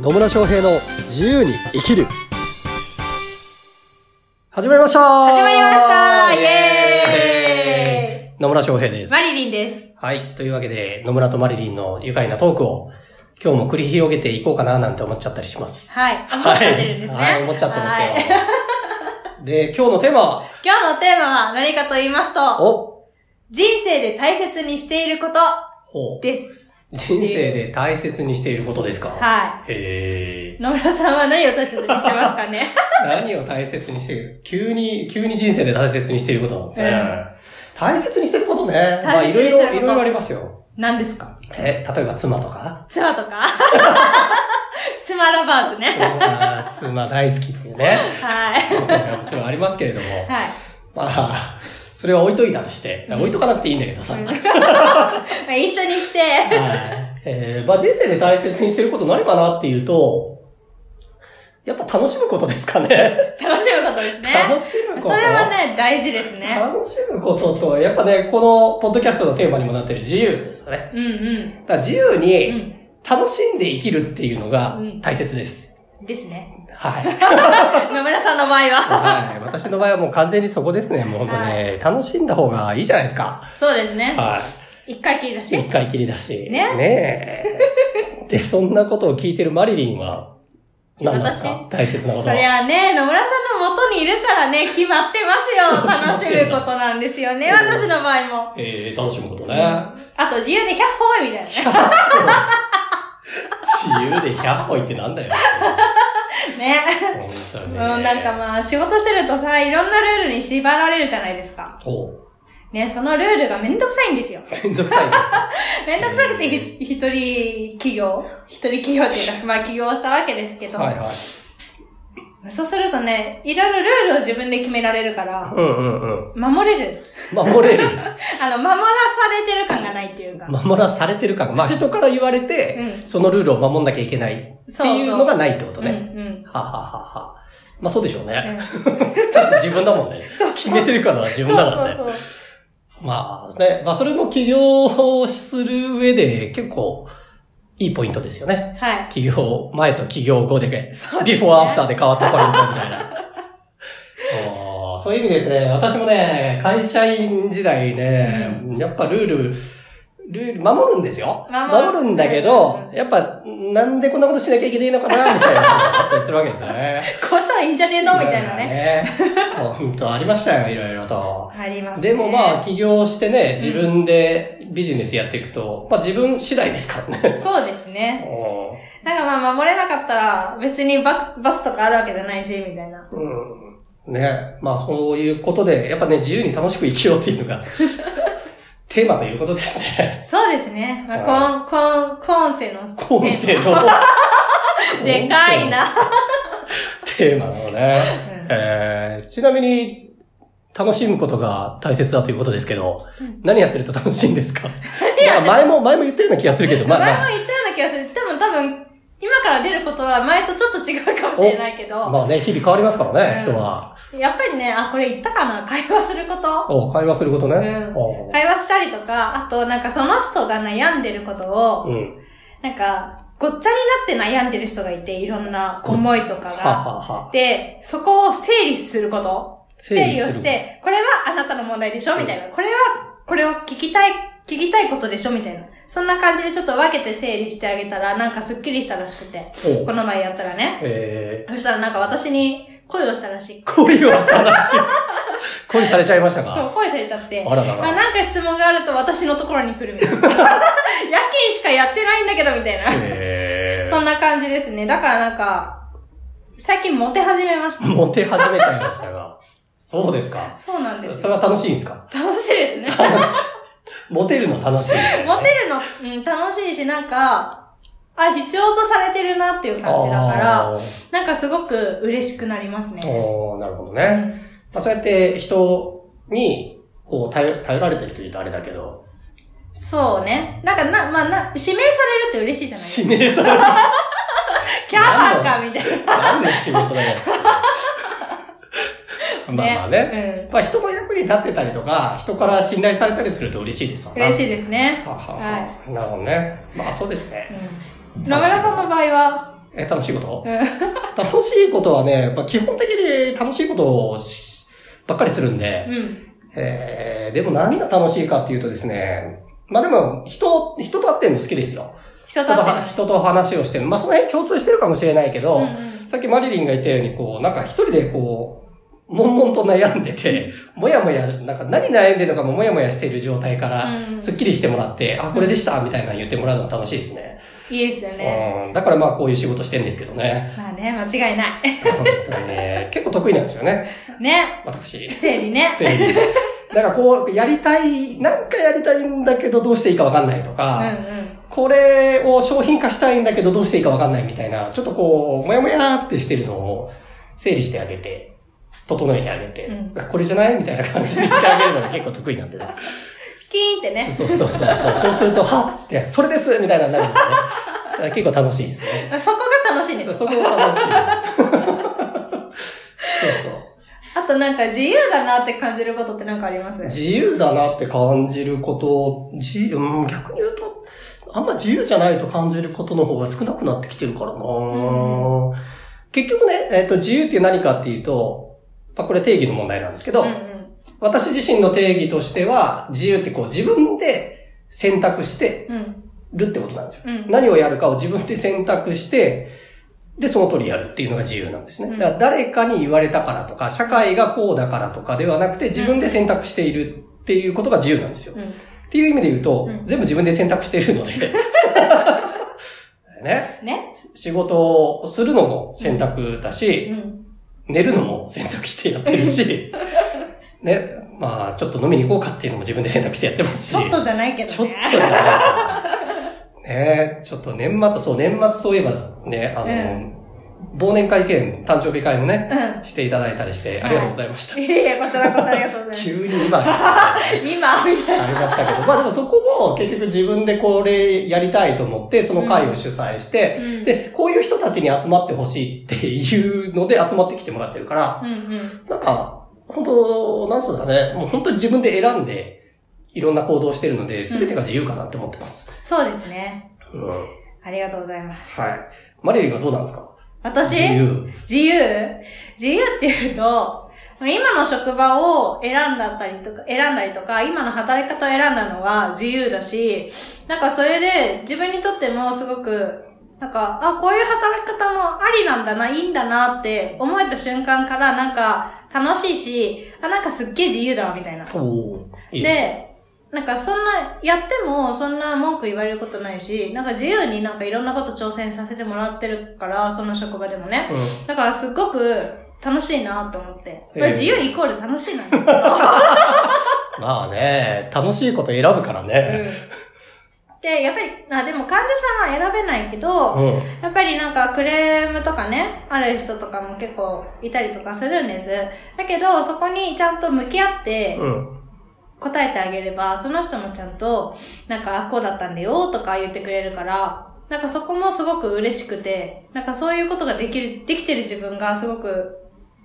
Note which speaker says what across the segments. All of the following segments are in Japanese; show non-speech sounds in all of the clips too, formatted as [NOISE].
Speaker 1: 野村翔平の自由に生きる始まりました
Speaker 2: 始まりましたイ
Speaker 1: エーイ
Speaker 2: エ
Speaker 1: 野村翔平で
Speaker 2: ーイ
Speaker 1: す
Speaker 2: マ。リリンです。
Speaker 1: はい。というわけで、野村とマリリンの愉快なトークを今日も繰り広げていこうかななんて思っちゃったりします。
Speaker 2: はい。思っちゃってるんですね。
Speaker 1: はい、思っちゃってます
Speaker 2: はい
Speaker 1: よ。で、今日のテーマ、
Speaker 2: 今日のテーマは何かと言いますと、
Speaker 1: お
Speaker 2: 人生で大切にしていること
Speaker 1: ほう
Speaker 2: です。
Speaker 1: 人生で大切にしていることですか
Speaker 2: は
Speaker 1: へ
Speaker 2: い。野村さんは何を大切にしてますか
Speaker 1: [LAUGHS]
Speaker 2: ね
Speaker 1: ー何を大切にしている急に、急に人生で大切にしていることなんですね。
Speaker 2: うん
Speaker 1: 大切にしてることね。まあ、
Speaker 2: 大
Speaker 1: い
Speaker 2: 切
Speaker 1: ろい
Speaker 2: にしてる
Speaker 1: ろ、
Speaker 2: こと
Speaker 1: いろいろありますよ。
Speaker 2: 何ですか
Speaker 1: え、例えば妻と
Speaker 2: [LAUGHS]
Speaker 1: か
Speaker 2: 妻
Speaker 1: [LAUGHS]
Speaker 2: とか妻ラバーズね。
Speaker 1: 妻妻大好きっていうね。 [LAUGHS]
Speaker 2: はい。
Speaker 1: もちろんありますけれども。
Speaker 2: はい。
Speaker 1: まあ、それは置いといたとして、
Speaker 2: うん
Speaker 1: 置いとかなくていいんだけどさ。
Speaker 2: う
Speaker 1: [LAUGHS] はい
Speaker 2: んまあ一緒にして、
Speaker 1: えーまあ人生で大切にしてること何かなっていうと、やっぱ楽しむことですかね。
Speaker 2: 楽しむことですね。
Speaker 1: [LAUGHS] 楽しむこと。
Speaker 2: それはね、大事ですね。
Speaker 1: 楽しむことと、やっぱね、このポッドキャストのテーマにもなってる自由ですよね。
Speaker 2: うんうん。
Speaker 1: だから自由
Speaker 2: う
Speaker 1: に
Speaker 2: ん。
Speaker 1: 楽しんで生きるっていうのが
Speaker 2: うん
Speaker 1: 大切です。
Speaker 2: ですね。
Speaker 1: はい。
Speaker 2: 野村さんの場合は。
Speaker 1: はい。私の場合はもう完全にそこですね。もう本当
Speaker 2: は
Speaker 1: ね、楽しんだ方がいいじゃないですか。
Speaker 2: そうですね。
Speaker 1: はい。
Speaker 2: 一回きりだし。
Speaker 1: 一回きりだし。
Speaker 2: ね
Speaker 1: えで、そんなことを聞いてるマリリンは、何なんですか
Speaker 2: 私
Speaker 1: 大切なこと
Speaker 2: そり
Speaker 1: は。
Speaker 2: ゃね、野村さんの元にいるからね、決まってますよ。 [LAUGHS] 楽しむことなんですよね、私の場合も。
Speaker 1: えー、楽しむことね。
Speaker 2: あと、自由で100歩みたいなね。
Speaker 1: 自由で100歩行ってなんだよ。
Speaker 2: ね。
Speaker 1: 本当
Speaker 2: うん、
Speaker 1: に。
Speaker 2: なんかまあ、仕事してるとさ、いろんなルールに縛られるじゃないですか。
Speaker 1: ほう。
Speaker 2: ね、そのルールがめんどくさいんですよ。
Speaker 1: めんどくさいですか。
Speaker 2: めんどくさくてひ、一人企業一人企業っていう [LAUGHS] か、まあ起業したわけですけど、
Speaker 1: はいはい。
Speaker 2: そうするとね、いろいろルールを自分で決められるから、
Speaker 1: うんうんうん。
Speaker 2: 守れる。
Speaker 1: 守れる。
Speaker 2: あの、守らされてる感がないっていうか。
Speaker 1: 守らされてる感が。
Speaker 2: [LAUGHS]
Speaker 1: まあ人から言われて、
Speaker 2: うん
Speaker 1: そのルールを守んなきゃいけないっていうのがないってこと
Speaker 2: うんう
Speaker 1: ね。
Speaker 2: ん。
Speaker 1: はははは。まあそうでしょうね。
Speaker 2: う
Speaker 1: だって自分だもんね。
Speaker 2: [LAUGHS] そう
Speaker 1: 決めてるからは自分だからね。
Speaker 2: そうそうそう。
Speaker 1: まあね、まあそれも起業をする上で結構いいポイントですよね。
Speaker 2: はい。
Speaker 1: 起業前と起業後で、
Speaker 2: そう
Speaker 1: ビフォーアフターで変わったポイントみたいな。そう、そういう意味でね、私もね、会社員時代ね、やっぱルール、ルール、守るんですよ。
Speaker 2: 守る
Speaker 1: 守るんだけ
Speaker 2: うん
Speaker 1: ど
Speaker 2: う、ん
Speaker 1: やっぱ、なんでこんなことしなきゃいけないのかな、みたいな
Speaker 2: [LAUGHS]
Speaker 1: のがあったりするわけですよね。
Speaker 2: こうしたらいいんじゃねえのみたいなね。
Speaker 1: ね。もう本当ありましたよ、いろいろと。
Speaker 2: ありますね。
Speaker 1: でもまあ、
Speaker 2: あ、
Speaker 1: 起業してね、自分でビジネスやっていくと、まあ自分次第ですからね。
Speaker 2: そうですね。
Speaker 1: お
Speaker 2: なんかまあ、守れなかったら、別に罰罰とかあるわけじゃないし、みたいな。
Speaker 1: ーうん。ね。まあそういうことで、やっぱね、自由に楽しく生きようっていうのが、 [LAUGHS] テーマということですね。
Speaker 2: そうですね。まあ、こん、こん、今世の、
Speaker 1: 今世の。
Speaker 2: [LAUGHS] でかい。な。
Speaker 1: テーマなのね。えー、ちなみに、楽しむことが大切だということですけど、
Speaker 2: うん
Speaker 1: 何やってると楽しいんです
Speaker 2: [LAUGHS]
Speaker 1: かまあ前も、前も言ったような気がするけど、まあ、
Speaker 2: 前
Speaker 1: ま
Speaker 2: も
Speaker 1: あ、
Speaker 2: 言ったような気がする。多分、多分、今から出ることは前とちょっと違うかもしれないけど、
Speaker 1: まあね、日々変わりますからね、
Speaker 2: うん
Speaker 1: 人は。
Speaker 2: やっぱりね、あ、これ言ったかな会話すること
Speaker 1: お会話することね。
Speaker 2: うん
Speaker 1: お
Speaker 2: 会話したりとか、あとなんかその人が悩んでることを、
Speaker 1: うん。
Speaker 2: なんか、ごっちゃになって悩んでる人がいて、いろんな思いとか
Speaker 1: は
Speaker 2: が。
Speaker 1: はは。
Speaker 2: で、そこを整理すること。整理をし
Speaker 1: 整理
Speaker 2: て、これはあなたの問題でしょみたいな。これは、これを聞きたい、聞きたいことでしょみたいな。そんな感じでちょっと分けて整理してあげたら、なんかスッキリしたらしくて。
Speaker 1: する。お
Speaker 2: この前やったらね。
Speaker 1: え
Speaker 2: そしたらなんか私に恋をしたらしい。
Speaker 1: ー、恋をしたら
Speaker 2: [LAUGHS]
Speaker 1: しい。恋されちゃいました
Speaker 2: そう、
Speaker 1: か
Speaker 2: 恋されちゃって。
Speaker 1: あらら
Speaker 2: まあ
Speaker 1: ら。
Speaker 2: なんか質問があると私のところに来るみたいな。夜 [LAUGHS] 勤しかやってないんだけどみたいな。
Speaker 1: え
Speaker 2: そんな感じですね。だからなんか、最近モテ始めまし
Speaker 1: ー、モテ始めちゃいましたが。そうですか
Speaker 2: た。そうなんです
Speaker 1: そ
Speaker 2: よ。
Speaker 1: れは楽しいんですか
Speaker 2: 楽しいですね。
Speaker 1: 楽しい。モテるの楽しい。
Speaker 2: モテるの、うん、楽しいし、なんか、あ、必要とされてるなっていう感じだから、
Speaker 1: あー。
Speaker 2: なんかすごく嬉しくなりますね。
Speaker 1: おーなるほどね。まあ、そうやって人に、こう、頼頼られてるというとあれだけど、
Speaker 2: そうね。なんかな、まあな、指名されるって嬉しいじゃない
Speaker 1: 指名される。
Speaker 2: [LAUGHS] キャーバーかみたい
Speaker 1: 何の仕事
Speaker 2: [LAUGHS]
Speaker 1: だよ。
Speaker 2: な。
Speaker 1: まあまあね。
Speaker 2: ね。
Speaker 1: まあ人の役に立ってたりとか、人から信頼されたりすると嬉しいですわ
Speaker 2: うん。嬉
Speaker 1: い。
Speaker 2: しいですね。
Speaker 1: はははなるほどね。まあそうですね。
Speaker 2: うん野村さんの場合は、
Speaker 1: え、楽しいこと
Speaker 2: うん
Speaker 1: 楽しいことはね、やっぱ基本的に楽しいことをしばっかりするんで、
Speaker 2: うん。
Speaker 1: えー、でも何が楽しいかっていうとですね、まあでも、人、人と会ってるの好きですよ。
Speaker 2: 人と
Speaker 1: 人と
Speaker 2: 会
Speaker 1: は
Speaker 2: って
Speaker 1: 人と話をしてる。まあその辺共通してるかもしれないけ
Speaker 2: る。
Speaker 1: ど、
Speaker 2: うんうん
Speaker 1: さっきマリリンが言ったように、こう、なんか一人でこう、悶々と悩んでて、もやもや、なんか何悩んでるのかももやもやしている状態から、
Speaker 2: うん
Speaker 1: すっきりしてもらって、あ、これでしたみたいなの言ってもらうのが楽しいですね。
Speaker 2: いいですよね。
Speaker 1: うん。だからまあこういう仕事してるんですけど
Speaker 2: [LAUGHS]
Speaker 1: ね。
Speaker 2: まあね、間違いない。
Speaker 1: 本当にね、結構得意なんですよね、
Speaker 2: ね。
Speaker 1: 私。
Speaker 2: 生理ね。
Speaker 1: 整理。だからこう、やりたい、なんかやりたいんだけどどうしていいかわかんないと
Speaker 2: うんう
Speaker 1: か、
Speaker 2: ん。
Speaker 1: これを商品化したいんだけどどうしていいかわかんないみたいな、ちょっとこう、もやもやってしてるのを整理してあげて、整えてあげて、
Speaker 2: うん
Speaker 1: あこれじゃないみたいな感じにしてあげるのが結構得意なんでね。
Speaker 2: キーンってね。
Speaker 1: そうそうそうそう。そうすると、はっつって、それですみたいなのになるんでね。だから結構楽しいですね。
Speaker 2: そこが楽しいんでしょ。
Speaker 1: そこが楽し
Speaker 2: [LAUGHS]
Speaker 1: い。そうそう。
Speaker 2: あとなんか自由だなって感じることってなんかあります
Speaker 1: 自由だなって感じること、自由、うん、逆に言うと、あんま自由じゃないと感じることの方が少なくなってきてるからな、
Speaker 2: う
Speaker 1: 結局ね、えっ、と、自由って何かっていうと、まあ、これ定義の問題なんですけど、
Speaker 2: うんうん
Speaker 1: 私自身の定義としては、自由ってこう自分で選択して
Speaker 2: うん
Speaker 1: るってことなんですよ。
Speaker 2: うん
Speaker 1: 何をやるかを自分で選択して、で、その通りやるっていうのが自由なんですね。
Speaker 2: うん
Speaker 1: だから誰かに言われたからとか、社会がこうだからとかではなくて、自分で選択しているっていうことが自由なんですよ。
Speaker 2: うん
Speaker 1: っていう意味で言うと、
Speaker 2: うん
Speaker 1: 全部自分で選択している
Speaker 2: [LAUGHS]
Speaker 1: ので、ね、
Speaker 2: ね
Speaker 1: 仕事をするのも選択だ
Speaker 2: う
Speaker 1: し、
Speaker 2: ん
Speaker 1: 寝るのも選択してやってる
Speaker 2: [LAUGHS]
Speaker 1: し、ね、まあ、ちょっと飲みに行こうかっていうのも自分で選択してやってますし。
Speaker 2: ちょっとじゃないけ
Speaker 1: ちょ
Speaker 2: ど
Speaker 1: っと
Speaker 2: ね。
Speaker 1: じゃないかな。ねえ、ちょっと年末、そう、年末そういえばね、あの、忘年会兼誕生日会もね、
Speaker 2: う
Speaker 1: していただいたりして、ありがとうございました。
Speaker 2: ん。いやいや、こちらこそありがとうございます。
Speaker 1: 急に今、
Speaker 2: 今、みたいな。
Speaker 1: ありましたけど、まあでもそこも結局自分でこれやりたいと思って、その会を主催して、
Speaker 2: うん
Speaker 1: で、こういう人たちに集まってほしいっていうので集まってきてもらってるから、
Speaker 2: うんうん。
Speaker 1: なんか、本当なんすかね、もう本当に自分で選んで、いろんな行動をしてるので、すべてが自由かなって思ってます。
Speaker 2: そうですね。
Speaker 1: うん。はい。
Speaker 2: ありがとうございます。
Speaker 1: マリリンはどうなんですか
Speaker 2: 私、
Speaker 1: 自由。
Speaker 2: 自由自由っていうと、今の職場を選んだったりとか、選んだりとか、今の働き方を選んだのは自由だし、なんかそれで自分にとってもすごく、なんか、あ、こういう働き方もありなんだな、いいんだなって思えた瞬間からなんか楽しいし、あ、なんかすっげえ自由だわ、みたいな。
Speaker 1: おーいいね
Speaker 2: で、なんかそんな、やってもそんな文句言われることないし、なんか自由になんかいろんなこと挑戦させてもらってるから、その職場でもね。
Speaker 1: うん
Speaker 2: だからすっごく楽しいなと思って。
Speaker 1: えー
Speaker 2: まあ自由イコール楽しいなんです
Speaker 1: [LAUGHS]
Speaker 2: け
Speaker 1: まあね、楽しいこと選ぶからね。
Speaker 2: ど。で、やっぱり、あ、でも患者さんは選べないけど、
Speaker 1: うん。
Speaker 2: やっぱりなんかクレームとかね、ある人とかも結構いたりとかするんです。だけど、そこにちゃんと向き合って
Speaker 1: うん。
Speaker 2: 答えてあげれば、その人もちゃんと、なんか、あこうだったんだよとか言ってくれるから、なんかそこもすごく嬉しくて、なんかそういうことができる、できてる自分がすごく、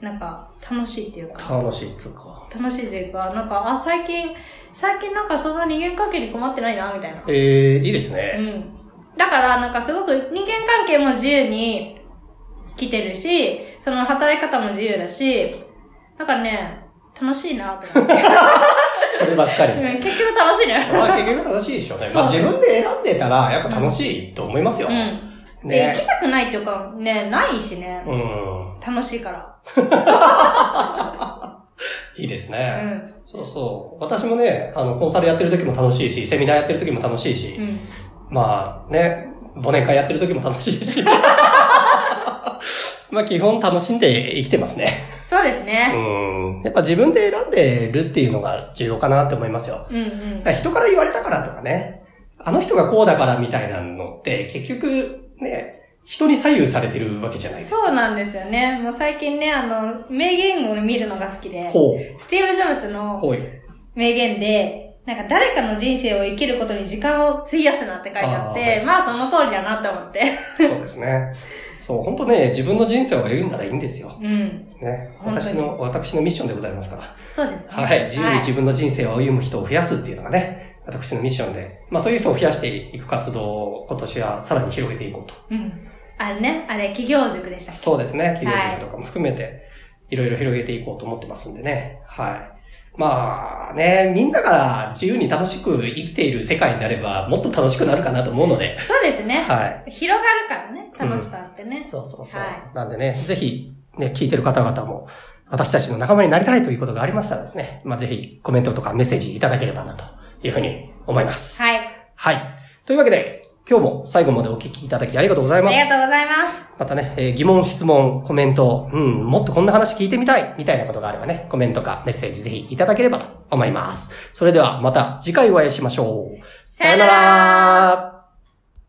Speaker 2: なんか楽しいっていうか。
Speaker 1: 楽しいっつうか。
Speaker 2: 楽しいというか、なんか、あ、最近、最近なんかその人間関係に困ってないな、みたいな。
Speaker 1: ええいいですね
Speaker 2: う。ん。だから、なんかすごく人間関係も自由に来てるし、その働き方も自由だし、なんかね、楽しいな、と思って。
Speaker 1: そればっかり。
Speaker 2: うん結局楽しいね。
Speaker 1: [LAUGHS] まあ結局正しいでしょうね。
Speaker 2: そう
Speaker 1: まあ自分で選んでたら、やっぱ楽しいと思いますよ。
Speaker 2: うん。で、行
Speaker 1: ね。
Speaker 2: きたくないっていうか、ね、ないしね。
Speaker 1: うん。
Speaker 2: 楽しいから。
Speaker 1: いいです
Speaker 2: う
Speaker 1: ね。
Speaker 2: ん。
Speaker 1: そうそう。私もね、あの、コンサルやってる時も楽しいし、セミナーやってる時も楽しいし
Speaker 2: う、ん。
Speaker 1: まあね、忘年会やってる時も楽しいし。まあ基本楽しんで生きてますね。
Speaker 2: そうですね。
Speaker 1: うん。やっぱ自分で選んでるっていうのが重要かなって思いますよ。
Speaker 2: うん
Speaker 1: だ
Speaker 2: うん
Speaker 1: か。ら人から言われたからとかね、あの人がこうだからみたいなのって、結局ね、人に左右されてるわけじゃないですか。
Speaker 2: そうなんですよね。もう最近ね、あの、名言を見るのが好きで、
Speaker 1: ほう。
Speaker 2: スティーブ・ジョブズの、
Speaker 1: ほい。
Speaker 2: 名言で、なんか誰かの人生を生きることに時間を費やすなって書いてあっ
Speaker 1: あーは
Speaker 2: て、まあその通りだなって
Speaker 1: [LAUGHS]
Speaker 2: 思って。
Speaker 1: そうですね。そう、本当ね、自分の人生を歩んだらいいんですよ。
Speaker 2: うん。
Speaker 1: ね。
Speaker 2: 本当に
Speaker 1: 私の、私のミッションでございますから。
Speaker 2: そうですね。
Speaker 1: はい。自由に自分の人生を歩む人を増やすっていうのがね、私のミッションで。まあそういう人を増やしていく活動を今年はさらに広げていこうと。
Speaker 2: うん。あれね、あれ、企業塾でしたっけ
Speaker 1: そうですね。企業塾とかも含めて、いろいろ広げていこうと思ってますんでね。はい。まあね、みんなが自由に楽しく生きている世界になれば、もっと楽しくなるかなと思うので。
Speaker 2: そうですね。
Speaker 1: は
Speaker 2: 広がるからね、楽しさって
Speaker 1: い。
Speaker 2: ね。
Speaker 1: そうそうそう。
Speaker 2: は
Speaker 1: なんでね、ぜひ、ね、聞いてる方々も、私たちの仲間になりたいということがありましたらですね、まあぜひコメントとかメッセージいただければなというふうに思います。
Speaker 2: はい。
Speaker 1: はい。というわけで、今日も最後までお聞きいただきありがとうござい
Speaker 2: あ
Speaker 1: ます。
Speaker 2: りがとうございます。
Speaker 1: またね、えー疑問、質問、コメント、うん、もっとこんな話聞いてみたい、みたいなことがあればね、コメントかメッセージぜひいただければと思います。それではまた次回お会いしましょう。
Speaker 2: さよなら
Speaker 1: さよなら